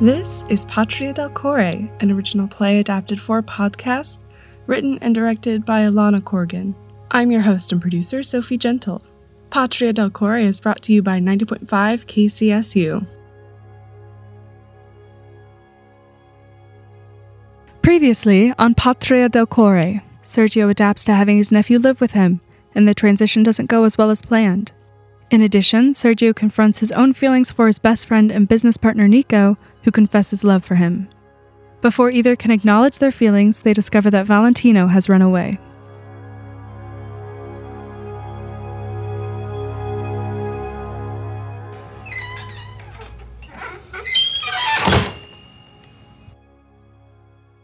This is Patria del Core, an original play adapted for a podcast, written and directed by Alana Corgan. I'm your host and producer, Sophie Gentle. Patria del Core is brought to you by 90.5 KCSU. Previously on Patria del Core, Sergio adapts to having his nephew live with him, and the transition doesn't go as well as planned. In addition, Sergio confronts his own feelings for his best friend and business partner Nico, who confesses love for him. Before either can acknowledge their feelings, they discover that Valentino has run away.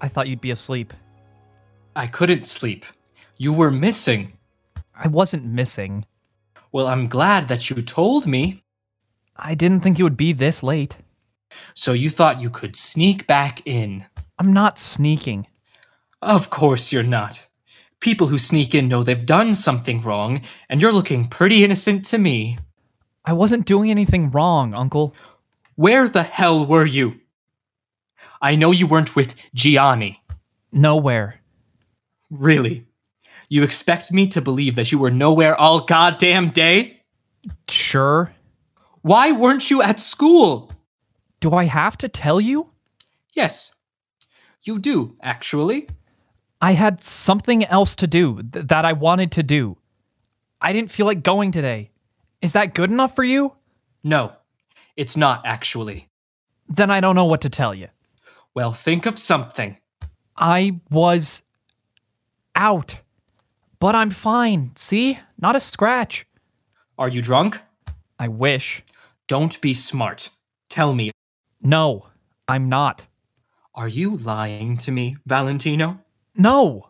I thought you'd be asleep. I couldn't sleep. You were missing. I wasn't missing. Well, I'm glad that you told me. I didn't think it would be this late. So you thought you could sneak back in. I'm not sneaking. Of course you're not. People who sneak in know they've done something wrong, and you're looking pretty innocent to me. I wasn't doing anything wrong, Uncle. Where the hell were you? I know you weren't with Gianni. Nowhere. Really? You expect me to believe that you were nowhere all goddamn day? Sure. Why weren't you at school? Do I have to tell you? Yes. You do, actually. I had something else to do th- that I wanted to do. I didn't feel like going today. Is that good enough for you? No, it's not, actually. Then I don't know what to tell you. Well, think of something. I was out, but I'm fine. See? Not a scratch. Are you drunk? I wish. Don't be smart. Tell me, No, I'm not. are you lying to me, Valentino? No.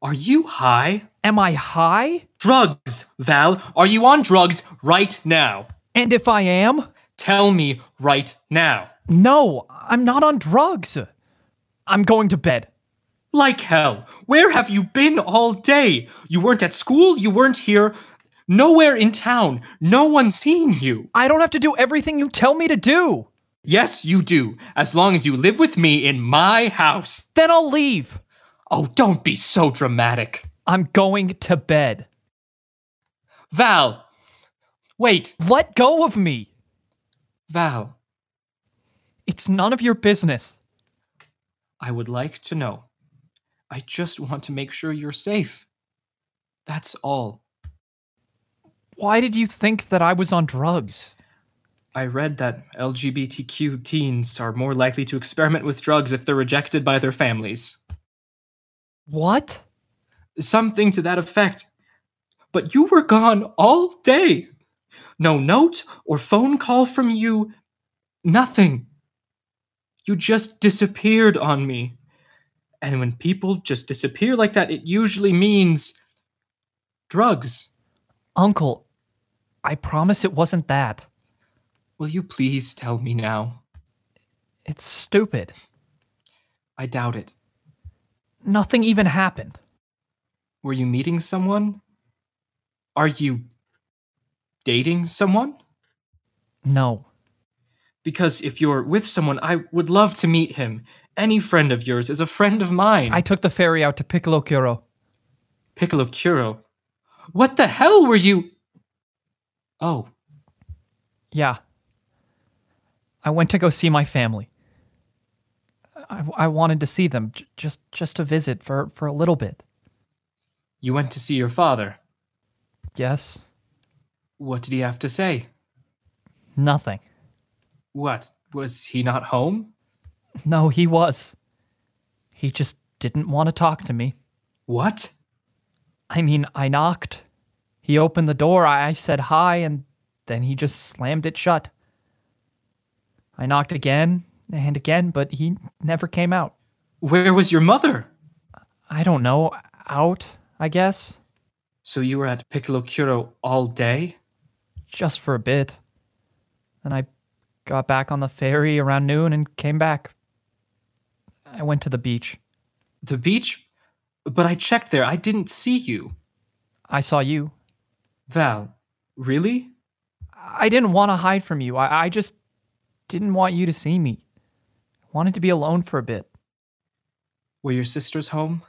Are you high? Am I high? Drugs, Val. Are you on drugs right now? And if I am, Tell me right now. no, I'm not on drugs. I'm going to bed. Like hell. Where have you been all day? You weren't at school, you weren't here, nowhere in town. No one's seen you. I don't have to do everything you tell me to do. Yes, you do, as long as you live with me in my house. Then I'll leave. Oh, don't be so dramatic. I'm going to bed. Val. Wait, Let go of me. Val. It's none of your business. I would like to know. I just want to make sure you're safe. That's all. Why did you think that I was on drugs? I read that LGBTQ teens are more likely to experiment with drugs if they're rejected by their families. What? Something to that effect. But you were gone all day. No note or phone call from you. Nothing. You just disappeared on me. And when people just disappear like that, it usually means drugs. Uncle, I promise it wasn't that. Will you please tell me now? It's stupid. I doubt it. Nothing even happened. Were you meeting someone? Are you dating someone? No. Because if you're with someone, I would love to meet him. Any friend of yours is a friend of mine. I took the ferry out to Piccolo Curo. Piccolo Curo. What the hell were you? Oh, Yeah. I went to go see my family. I, I wanted to see them j- just just to visit for for a little bit. you went to see your father. Yes. What did he have to say? Nothing. What? Was he not home? No, he was. He just didn't want to talk to me. What? I mean, I knocked. He opened the door. I I said hi, and then he just slammed it shut. I knocked again and again, but he never came out. Where was your mother? I don't know. Out, I guess. So you were at Piccolo Curo all day? just for a bit. Then I got back on the ferry around noon and came back. I went to the beach. The beach? But I checked there. I didn't see you. I saw you. Val, really? I didn't want to hide from you. I, I just didn't want you to see me. Wanted to be alone for a bit. Were your sisters home?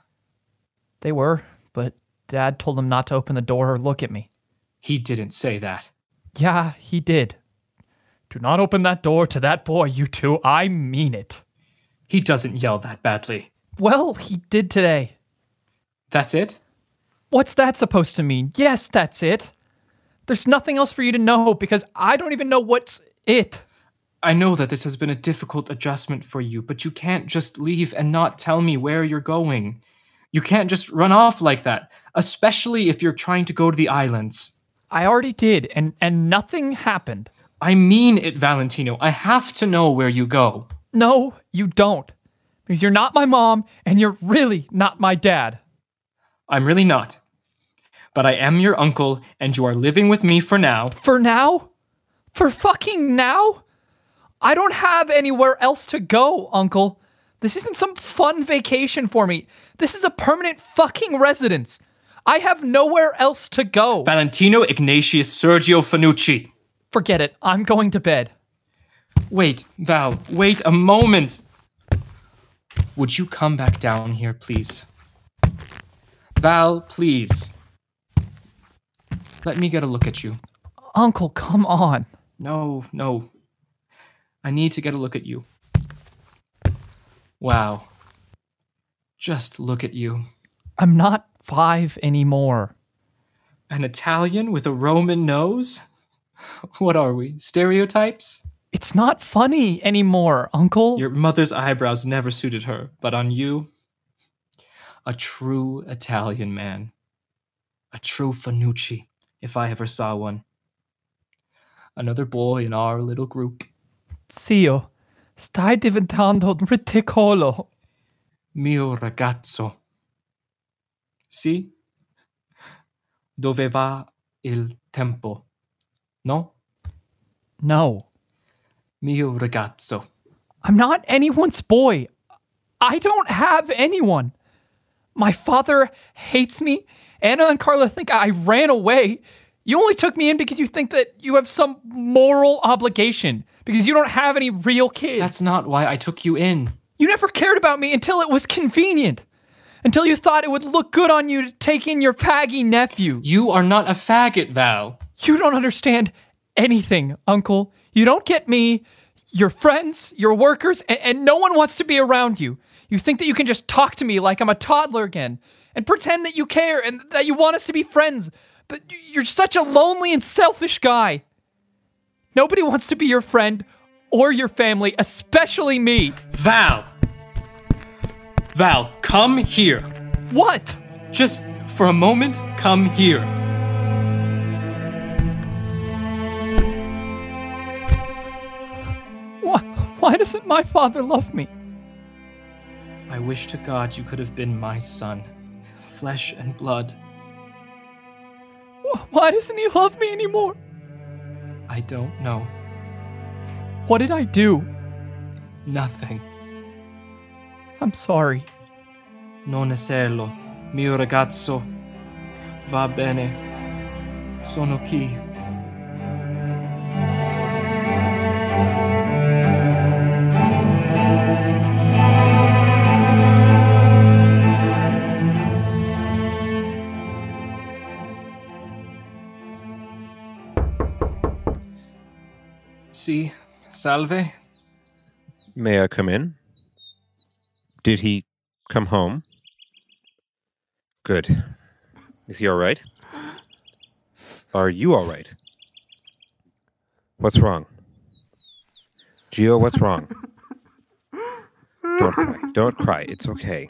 They were, but Dad told them not to open the door or look at me. He didn't say that. Yeah, he did. Do not open that door to that boy, you two. I mean it. He doesn't yell that badly. Well, he did today. That's it? What's that supposed to mean? Yes, that's it. There's nothing else for you to know because I don't even know what's it. I know that this has been a difficult adjustment for you, but you can't just leave and not tell me where you're going. You can't just run off like that, especially if you're trying to go to the islands. I already did, and, and nothing happened. I mean it, Valentino. I have to know where you go. No, you don't. Because you're not my mom, and you're really not my dad. I'm really not. But I am your uncle, and you are living with me for now. For now? For fucking now? I don't have anywhere else to go, uncle. This isn't some fun vacation for me. This is a permanent fucking residence. I have nowhere else to go. Valentino Ignatius Sergio Fanucci. Forget it. I'm going to bed. Wait, Val, wait a moment. Would you come back down here, please? Val, please. Let me get a look at you. Uncle, come on. No, no. I need to get a look at you. Wow. Just look at you. I'm not five anymore. An Italian with a Roman nose? What are we? Stereotypes? It's not funny anymore, Uncle. Your mother's eyebrows never suited her, but on you, a true Italian man. A true Fanucci, if I ever saw one. Another boy in our little group. Zio, stai diventando ridicolo. Mio ragazzo. Si? Dove va il tempo? No? No, Mio ragazzo. I'm not anyone's boy. I don't have anyone. My father hates me. Anna and Carla think I ran away. You only took me in because you think that you have some moral obligation because you don't have any real kids. That's not why I took you in. You never cared about me until it was convenient, until you thought it would look good on you to take in your faggy nephew. You are not a faggot, Val. You don't understand anything, Uncle. You don't get me, your friends, your workers, and, and no one wants to be around you. You think that you can just talk to me like I'm a toddler again and pretend that you care and that you want us to be friends, but y- you're such a lonely and selfish guy. Nobody wants to be your friend or your family, especially me. Val! Val, come here. What? Just for a moment, come here. Why, why doesn't my father love me? I wish to God you could have been my son, flesh and blood. Wh- Why doesn't he love me anymore? I don't know. What did I do? Nothing. I'm sorry. Non esserlo, mio ragazzo. Va bene. Sono qui. Sì, salve. May I come in? Did he come home? Good. Is he all right? Are you all right? What's wrong? Gio, what's wrong? Don't cry. Don't cry. It's okay.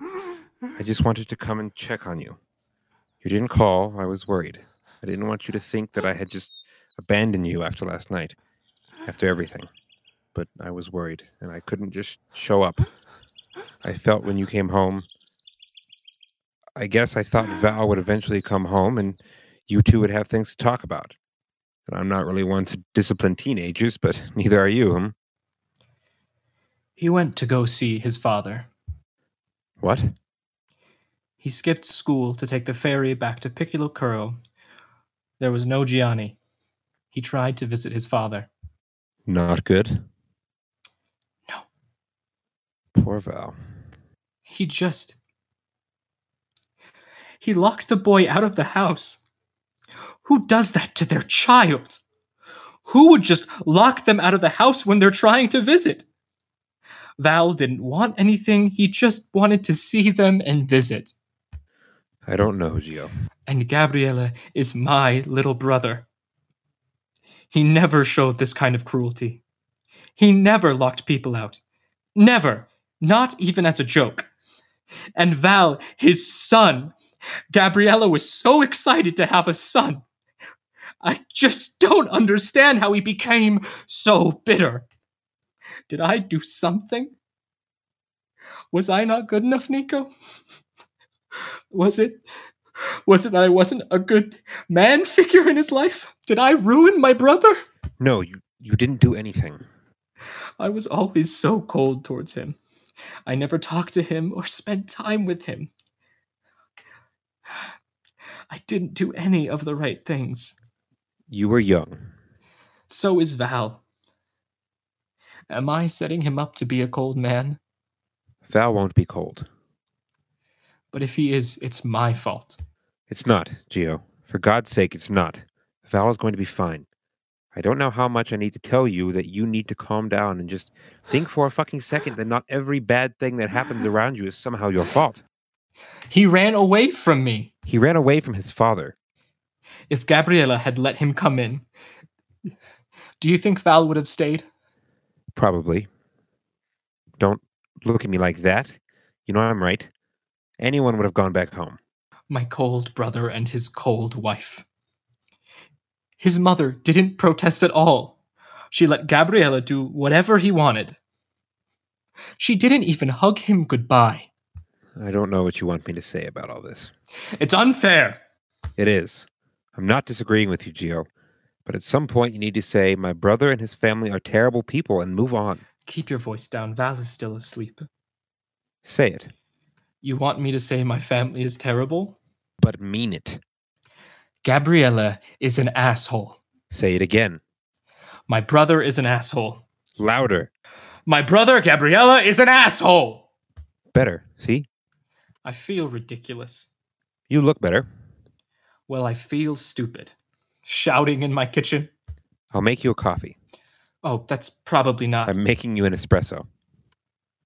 I just wanted to come and check on you. You didn't call. I was worried. I didn't want you to think that I had just abandoned you after last night, after everything but I was worried and I couldn't just show up. I felt when you came home, I guess I thought Val would eventually come home and you two would have things to talk about. And I'm not really one to discipline teenagers, but neither are you. Hmm? He went to go see his father. What? He skipped school to take the ferry back to Piccolo Curro. There was no Gianni. He tried to visit his father. Not good? No. Torval. He just. He locked the boy out of the house. Who does that to their child? Who would just lock them out of the house when they're trying to visit? Val didn't want anything, he just wanted to see them and visit. I don't know, Gio. And Gabriele is my little brother. He never showed this kind of cruelty. He never locked people out. Never. Not even as a joke. And Val, his son. Gabriella was so excited to have a son. I just don't understand how he became so bitter. Did I do something? Was I not good enough, Nico? Was it was it that I wasn't a good man figure in his life? Did I ruin my brother? No, you, you didn't do anything. I was always so cold towards him. I never talked to him or spent time with him. I didn't do any of the right things. You were young. So is Val. Am I setting him up to be a cold man? Val won't be cold. But if he is, it's my fault. It's not, Gio. For God's sake, it's not. Val is going to be fine. I don't know how much I need to tell you that you need to calm down and just think for a fucking second that not every bad thing that happens around you is somehow your fault. He ran away from me. He ran away from his father. If Gabriella had let him come in, do you think Val would have stayed? Probably. Don't look at me like that. You know I'm right. Anyone would have gone back home. My cold brother and his cold wife. His mother didn't protest at all. She let Gabriella do whatever he wanted. She didn't even hug him goodbye. I don't know what you want me to say about all this. It's unfair. It is. I'm not disagreeing with you, Gio. But at some point, you need to say, My brother and his family are terrible people and move on. Keep your voice down. Val is still asleep. Say it, You want me to say my family is terrible? but mean it. Gabriella is an asshole. Say it again, My brother is an asshole. louder, My brother, Gabriella, is an asshole. better. See? I feel ridiculous. You look better. Well, I feel stupid. Shouting in my kitchen. I'll make you a coffee. Oh, that's probably not. I'm making you an espresso.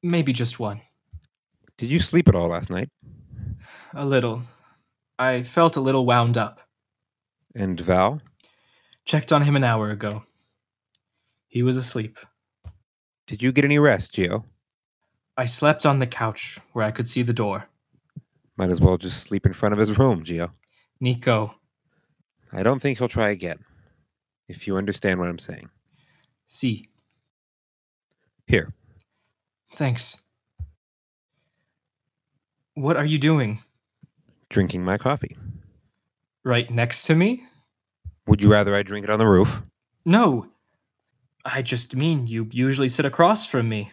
Maybe just one. Did you sleep at all last night? A little. I felt a little wound up. And Val? Checked on him an hour ago. He was asleep. Did you get any rest, Gio? I slept on the couch where I could see the door. Might as well just sleep in front of his room, Gio. Nico, I don't think he'll try again. If you understand what I'm saying. see. Here, Thanks. What are you doing? drinking my coffee. Right next to me? Would you rather I drink it on the roof? No. I just mean you usually sit across from me.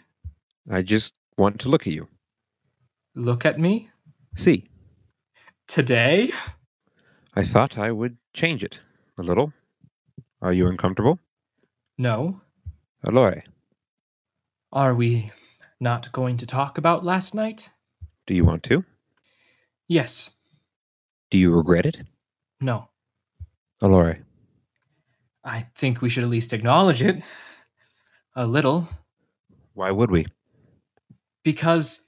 I just want to look at you. Look at me? See, Today? I thought I would change it a little. Are you uncomfortable? No. Allora, Are we not going to talk about last night? do you want to? Yes. Do you regret it? No. Allora, I think we should at least acknowledge it. A little. why would we? Because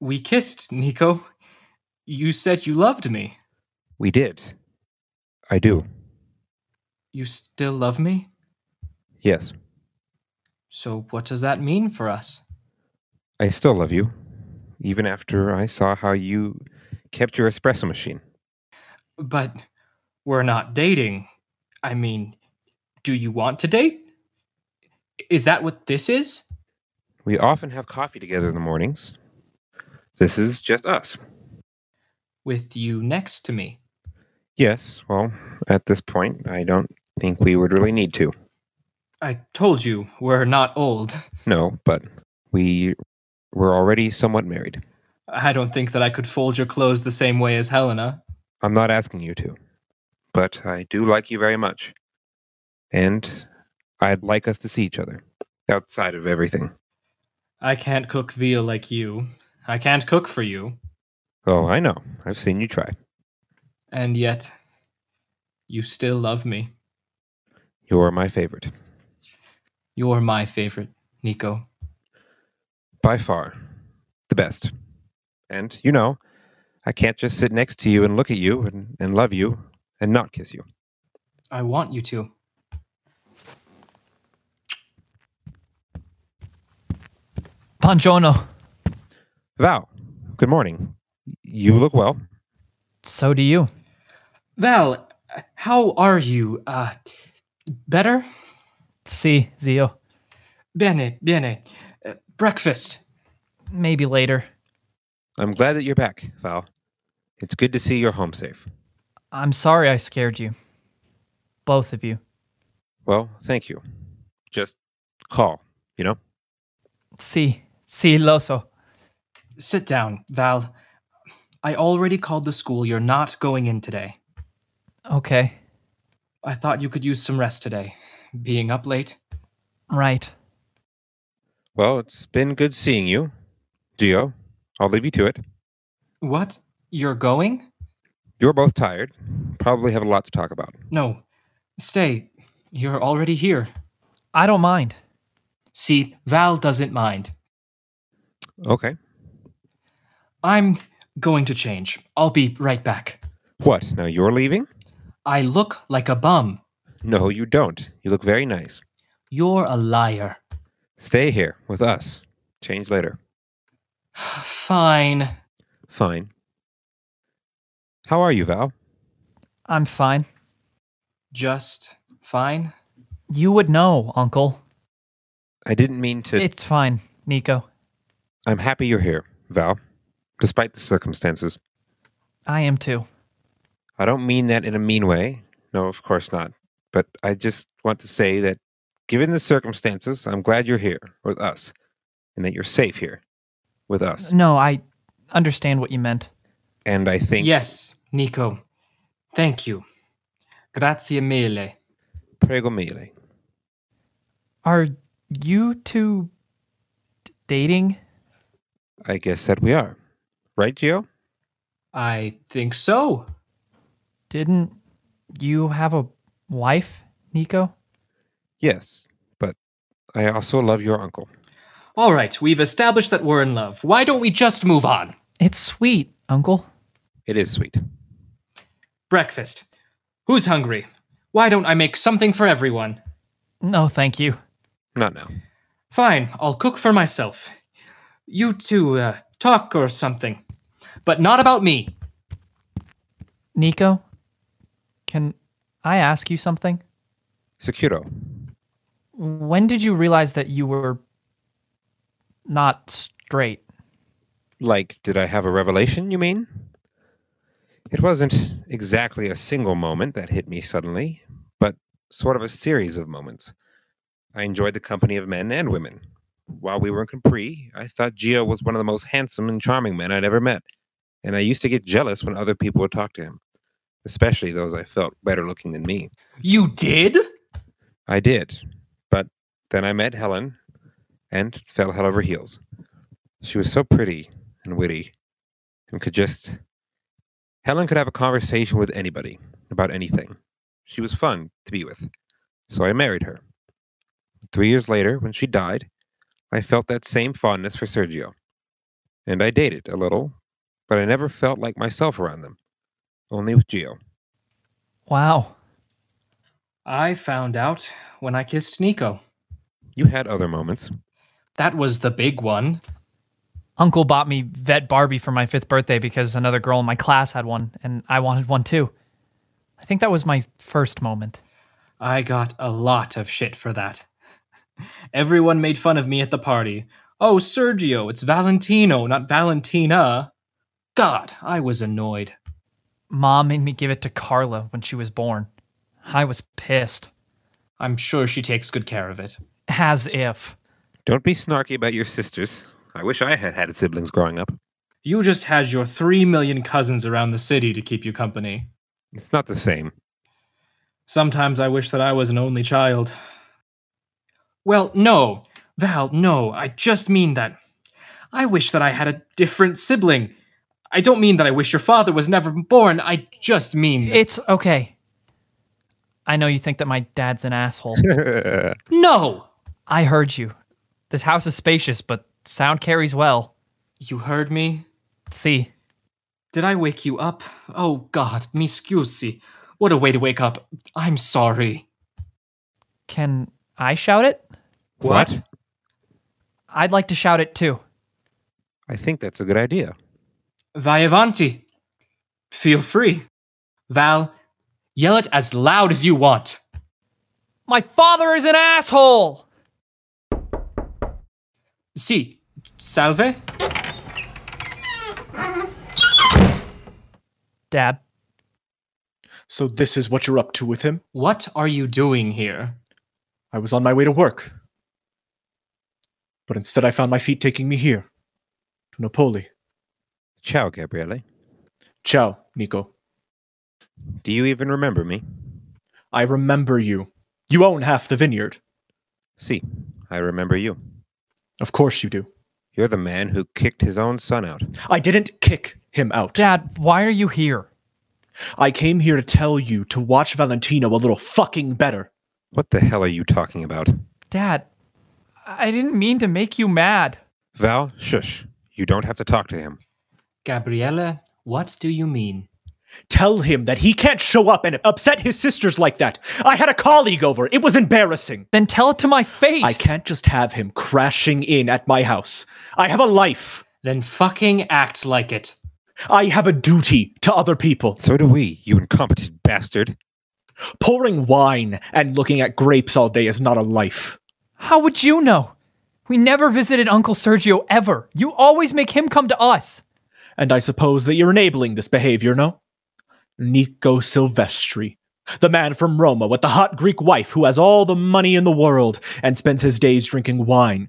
we kissed, Nico. You said you loved me. We did. I do. You still love me? Yes. So, what does that mean for us? I still love you, even after I saw how you kept your espresso machine. But we're not dating. I mean, do you want to date? Is that what this is? We often have coffee together in the mornings. This is just us. With you next to me. Yes, well, at this point, I don't think we would really need to. I told you, we're not old. No, but we were already somewhat married. I don't think that I could fold your clothes the same way as Helena. I'm not asking you to, but I do like you very much. And I'd like us to see each other outside of everything. I can't cook veal like you. I can't cook for you. Oh, I know. I've seen you try. And yet, you still love me. You're my favorite. You're my favorite, Nico. By far. The best. And, you know, I can't just sit next to you and look at you and, and love you and not kiss you. I want you to. Buongiorno. Val, good morning. You look well. So do you. Val, how are you? Uh, better? Si, zio. Bene, bene. Uh, breakfast. Maybe later. I'm glad that you're back, Val. It's good to see you're home safe. I'm sorry I scared you. Both of you. Well, thank you. Just call, you know? Si, si, loso. Sit down, Val. I already called the school. You're not going in today. Okay. I thought you could use some rest today. Being up late. Right. Well, it's been good seeing you. Gio, I'll leave you to it. What? You're going? You're both tired. Probably have a lot to talk about. No. Stay. You're already here. I don't mind. See, Val doesn't mind. Okay. I'm going to change. I'll be right back. What? Now you're leaving? I look like a bum. No, you don't. You look very nice. You're a liar. Stay here with us. Change later. Fine. Fine. How are you, Val? I'm fine. Just fine. You would know, Uncle. I didn't mean to. It's fine, Nico. I'm happy you're here, Val, despite the circumstances. I am too. I don't mean that in a mean way. No, of course not. But I just want to say that, given the circumstances, I'm glad you're here with us and that you're safe here with us. No, I understand what you meant. And I think Yes, Nico. Thank you. Grazie mille. prego mille. Are you two d- dating? I guess that we are. Right, Gio? I think so. Didn't you have a wife, Nico? Yes. But I also love your uncle. All right, we've established that we're in love. Why don't we just move on? It's sweet, Uncle. It is sweet. Breakfast. Who's hungry? Why don't I make something for everyone? No, thank you. Not now. Fine, I'll cook for myself. You two uh, talk or something. But not about me. Nico, can I ask you something? Securo. When did you realize that you were not straight? Like, did I have a revelation, you mean? It wasn't exactly a single moment that hit me suddenly, but sort of a series of moments. I enjoyed the company of men and women. While we were in Capri, I thought Gio was one of the most handsome and charming men I'd ever met, and I used to get jealous when other people would talk to him, especially those I felt better looking than me. You did? I did. But then I met Helen and fell head over heels. She was so pretty and witty and could just. Helen could have a conversation with anybody about anything. She was fun to be with. So I married her. Three years later, when she died, I felt that same fondness for Sergio. And I dated a little, but I never felt like myself around them, only with Gio. Wow. I found out when I kissed Nico. You had other moments. That was the big one. Uncle bought me Vet Barbie for my fifth birthday because another girl in my class had one and I wanted one too. I think that was my first moment. I got a lot of shit for that. Everyone made fun of me at the party. Oh, Sergio, it's Valentino, not Valentina. God, I was annoyed. Mom made me give it to Carla when she was born. I was pissed. I'm sure she takes good care of it. As if. Don't be snarky about your sisters. I wish I had had siblings growing up. You just had your three million cousins around the city to keep you company. It's not the same. Sometimes I wish that I was an only child. Well, no. Val, no, I just mean that. I wish that I had a different sibling. I don't mean that I wish your father was never born. I just mean that- It's okay. I know you think that my dad's an asshole. No! I heard you. This house is spacious, but sound carries well. You heard me? See, Did I wake you up? Oh god, mi scusi. What a way to wake up. I'm sorry. can I shout it? What? I'd like to shout it too. I think that's a good idea. Vai avanti. Feel free. Val, yell it as loud as you want. My father is an asshole! Si. Salve? Dad, So this is what you're up to with him? What are you doing here? I was on my way to work. But instead I found my feet taking me here. To Napoli. Ciao, Gabriele. Ciao, Nico. Do you even remember me? I remember you. You own half the vineyard. See, I remember you. Of course you do. You're the man who kicked his own son out. I didn't kick him out. Dad, why are you here? I came here to tell you to watch Valentino a little fucking better. What the hell are you talking about? Dad, I didn't mean to make you mad. Val, shush. You don't have to talk to him. Gabriella, what do you mean? Tell him that he can't show up and upset his sisters like that. I had a colleague over. It was embarrassing. Then tell it to my face! I can't just have him crashing in at my house. I have a life. Then fucking act like it. I have a duty to other people. So do we, you incompetent bastard. Pouring wine and looking at grapes all day is not a life. How would you know? We never visited Uncle Sergio ever. You always make him come to us. And I suppose that you're enabling this behavior, no? Nico Silvestri, the man from Roma with the hot Greek wife who has all the money in the world and spends his days drinking wine,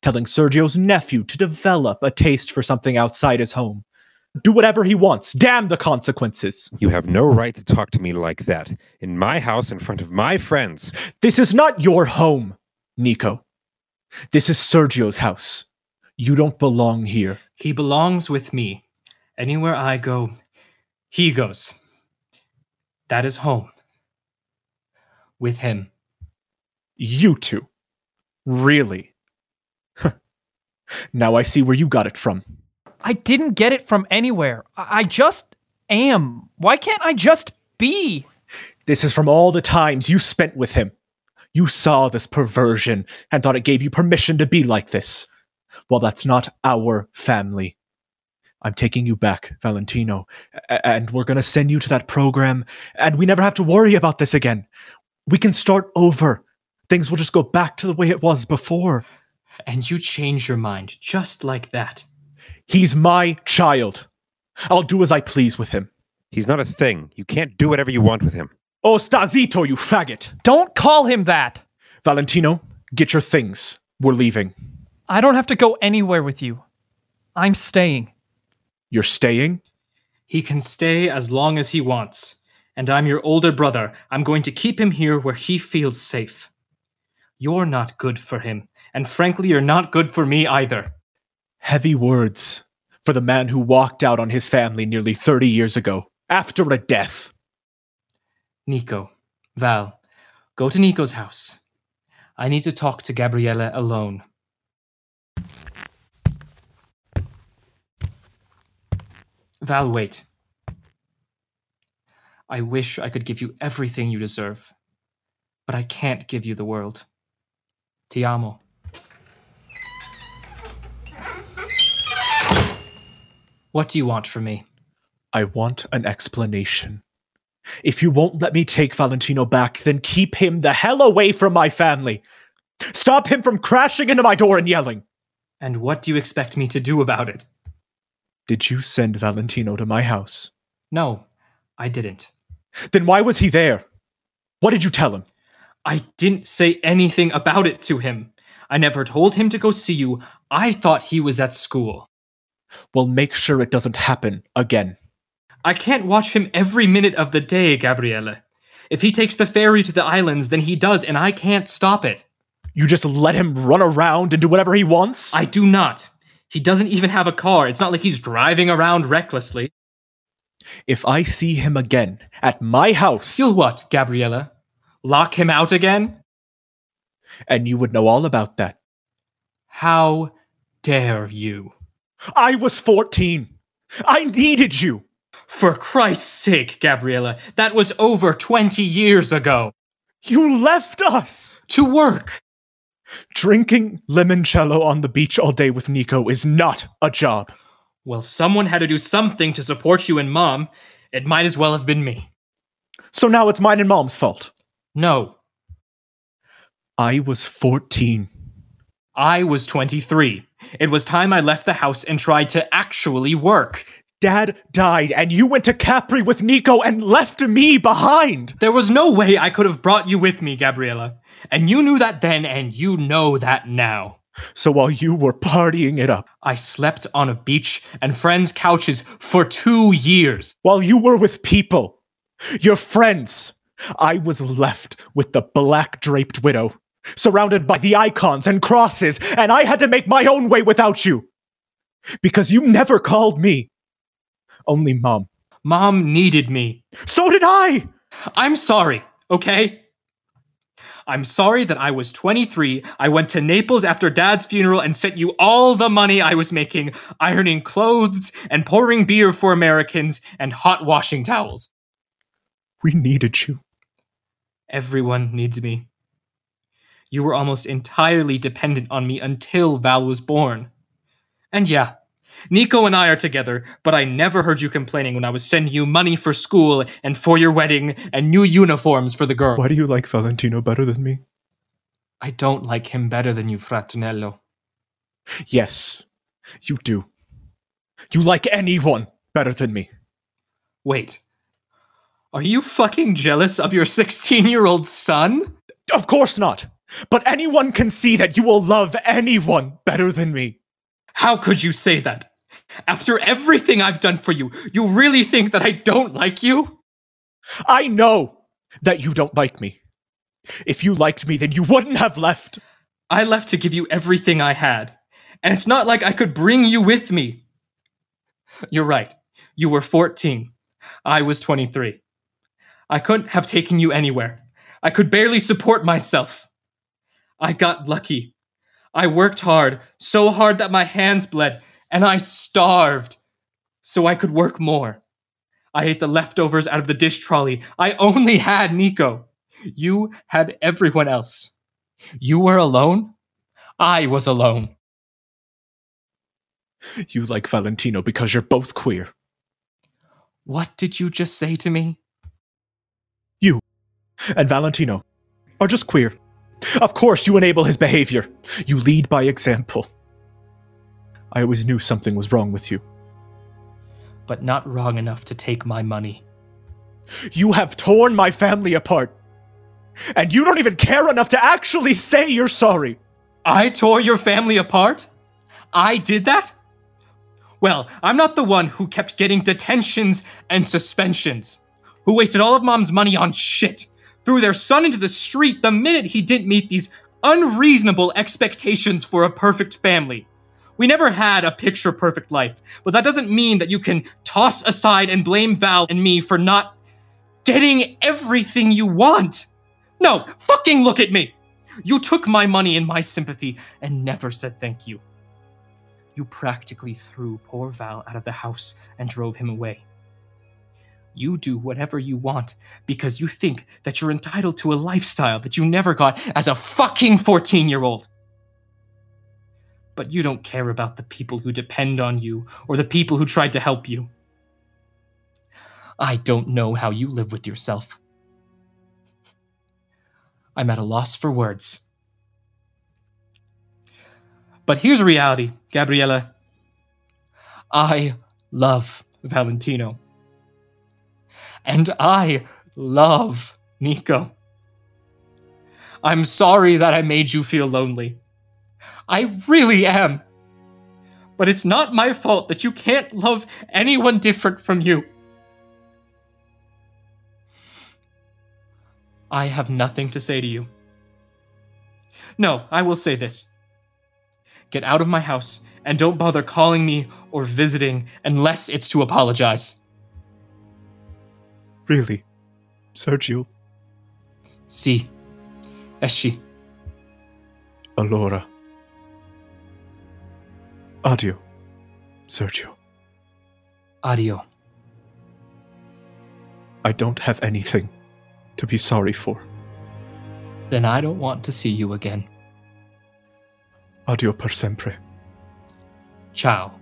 telling Sergio's nephew to develop a taste for something outside his home. Do whatever he wants, damn the consequences. You have no right to talk to me like that. In my house, in front of my friends. This is not your home, Nico. This is Sergio's house. You don't belong here. He belongs with me. Anywhere I go, he goes. That is home. With him. You two. Really? Huh. now I see where you got it from. I didn't get it from anywhere. I I just am. Why can't I just be? This is from all the times you spent with him. You saw this perversion and thought it gave you permission to be like this. Well, that's not our family. I'm taking you back, Valentino, a- and we're going to send you to that program, and we never have to worry about this again. We can start over. Things will just go back to the way it was before. And you change your mind just like that. He's my child. I'll do as I please with him. He's not a thing. You can't do whatever you want with him. Oh, Stazito, you faggot! Don't call him that. Valentino, get your things. We're leaving. I don't have to go anywhere with you. I'm staying. You're staying? He can stay as long as he wants. And I'm your older brother. I'm going to keep him here where he feels safe. You're not good for him. And frankly, you're not good for me either. Heavy words for the man who walked out on his family nearly 30 years ago after a death. Nico, Val, go to Nico's house. I need to talk to Gabriella alone. Val, wait. I wish I could give you everything you deserve, but I can't give you the world. Ti amo. What do you want from me? I want an explanation. If you won't let me take Valentino back, then keep him the hell away from my family. Stop him from crashing into my door and yelling. And what do you expect me to do about it? Did you send Valentino to my house? No, I didn't. Then why was he there? What did you tell him? I didn't say anything about it to him. I never told him to go see you. I thought he was at school. Well, make sure it doesn't happen again. I can't watch him every minute of the day, Gabriele. If he takes the ferry to the islands, then he does, and I can't stop it. You just let him run around and do whatever he wants? I do not. He doesn't even have a car. It's not like he's driving around recklessly. if I see him again at my house, You'll what, Gabriella? Lock him out again? and you would know all about that. How dare you? I was 14. I needed you. For Christ's sake, Gabriella, that was over 20 years ago. You left us. To work. Drinking limoncello on the beach all day with Nico is not a job. Well, someone had to do something to support you and Mom. It might as well have been me. So now it's mine and mom's fault. No, I was 14. I was 23. It was time I left the house and tried to actually work. Dad died, and you went to Capri with Nico and left me behind. There was no way I could have brought you with me, Gabriella. And you knew that then, and you know that now. So while you were partying it up, I slept on a beach and friends' couches for two years. while you were with people, your friends, I was left with the black draped widow, surrounded by the icons and crosses, and I had to make my own way without you. Because you never called me. Only mom. Mom needed me. So did I! I'm sorry, okay? I'm sorry that I was 23. I went to Naples after dad's funeral and sent you all the money I was making, ironing clothes and pouring beer for Americans and hot washing towels. We needed you. Everyone needs me. You were almost entirely dependent on me until Val was born. And yeah, Nico and I are together, but I never heard you complaining when I was sending you money for school and for your wedding and new uniforms for the girl. Why do you like Valentino better than me? I don't like him better than you, Fratunello. Yes, you do. You like anyone better than me. Wait. Are you fucking jealous of your 16 year old son? Of course not. But anyone can see that you will love anyone better than me. How could you say that? After everything I've done for you, you really think that I don't like you? I know that you don't like me. If you liked me, then you wouldn't have left. I left to give you everything I had. And it's not like I could bring you with me. You're right. You were 14. I was 23. I couldn't have taken you anywhere. I could barely support myself. I got lucky. I worked hard, so hard that my hands bled, and I starved so I could work more. I ate the leftovers out of the dish trolley. I only had Nico. You had everyone else. You were alone? I was alone. You like Valentino because you're both queer. What did you just say to me? And Valentino are just queer. Of course, you enable his behavior. You lead by example. I always knew something was wrong with you. But not wrong enough to take my money. You have torn my family apart. And you don't even care enough to actually say you're sorry. I tore your family apart? I did that? Well, I'm not the one who kept getting detentions and suspensions, who wasted all of mom's money on shit, threw their son into the street the minute he didn't meet these unreasonable expectations for a perfect family. We never had a picture perfect life, but that doesn't mean that you can toss aside and blame Val and me for not getting everything you want. No, fucking look at me! You took my money and my sympathy and never said thank you. You practically threw poor Val out of the house and drove him away. You do whatever you want because you think that you're entitled to a lifestyle that you never got as a fucking 14 year old. But you don't care about the people who depend on you or the people who tried to help you. I don't know how you live with yourself. I'm at a loss for words. But here's reality, Gabriella. I love Valentino. And I love Nico. I'm sorry that I made you feel lonely. I really am. But it's not my fault that you can't love anyone different from you. I have nothing to say to you. No, I will say this. Get out of my house and don't bother calling me or visiting unless it's to apologize. Really? Sergio, See. Eshi. Allora. Addio, Sergio. Adio. I don't have anything to be sorry for. Then I don't want to see you again. Addio per sempre. Ciao.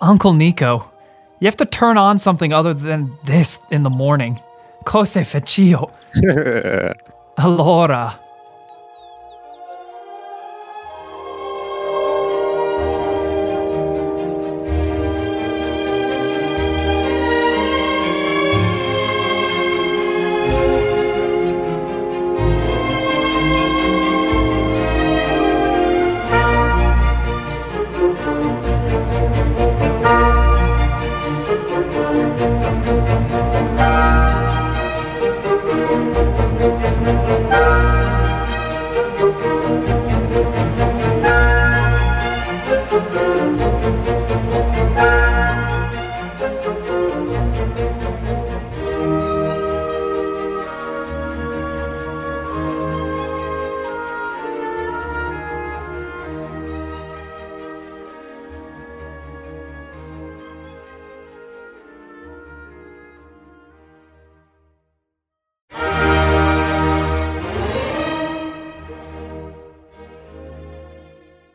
Uncle Nico, you have to turn on something other than this in the morning. Cose faccio? Allora.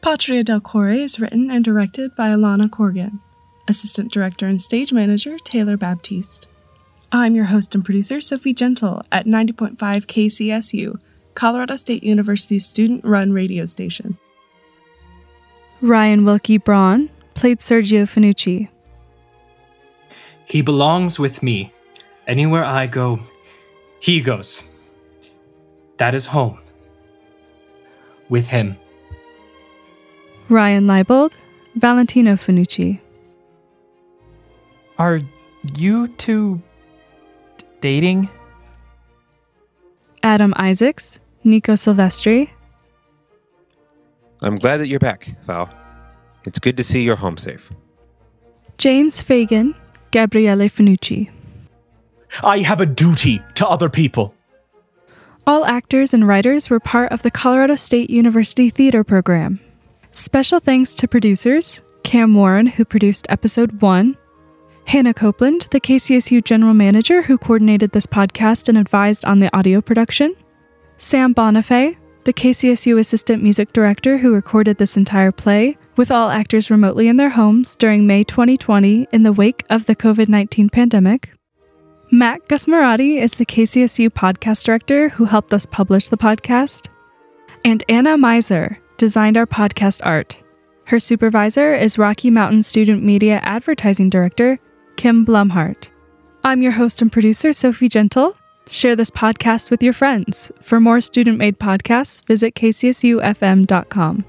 Patria del Core is written and directed by Alana Corgan, assistant director and stage manager Taylor Baptiste. I'm your host and producer Sophie Gentle at 90.5 KCSU, Colorado State University's student-run radio station. Ryan Wilkie Braun played Sergio Finucci. He belongs with me. Anywhere I go, he goes. That is home. With him. Ryan Leibold, Valentino Finucci. Are you two d- dating? Adam Isaacs, Nico Silvestri, I'm glad that you're back, Val. It's good to see you're home safe. James Fagan, Gabriele Finucci. I have a duty to other people. All actors and writers were part of the Colorado State University Theater Program. Special thanks to producers Cam Warren, who produced episode one, Hannah Copeland, the KCSU general manager who coordinated this podcast and advised on the audio production, Sam Bonifay, the KCSU assistant music director who recorded this entire play with all actors remotely in their homes during May 2020 in the wake of the COVID 19 pandemic. Matt Gusmarati is the KCSU podcast director who helped us publish the podcast. And Anna Miser designed our podcast art. Her supervisor is Rocky Mountain Student Media Advertising Director, Kim Blumhart. I'm your host and producer, Sophie Gentle. Share this podcast with your friends. For more student made podcasts, visit kcsufm.com.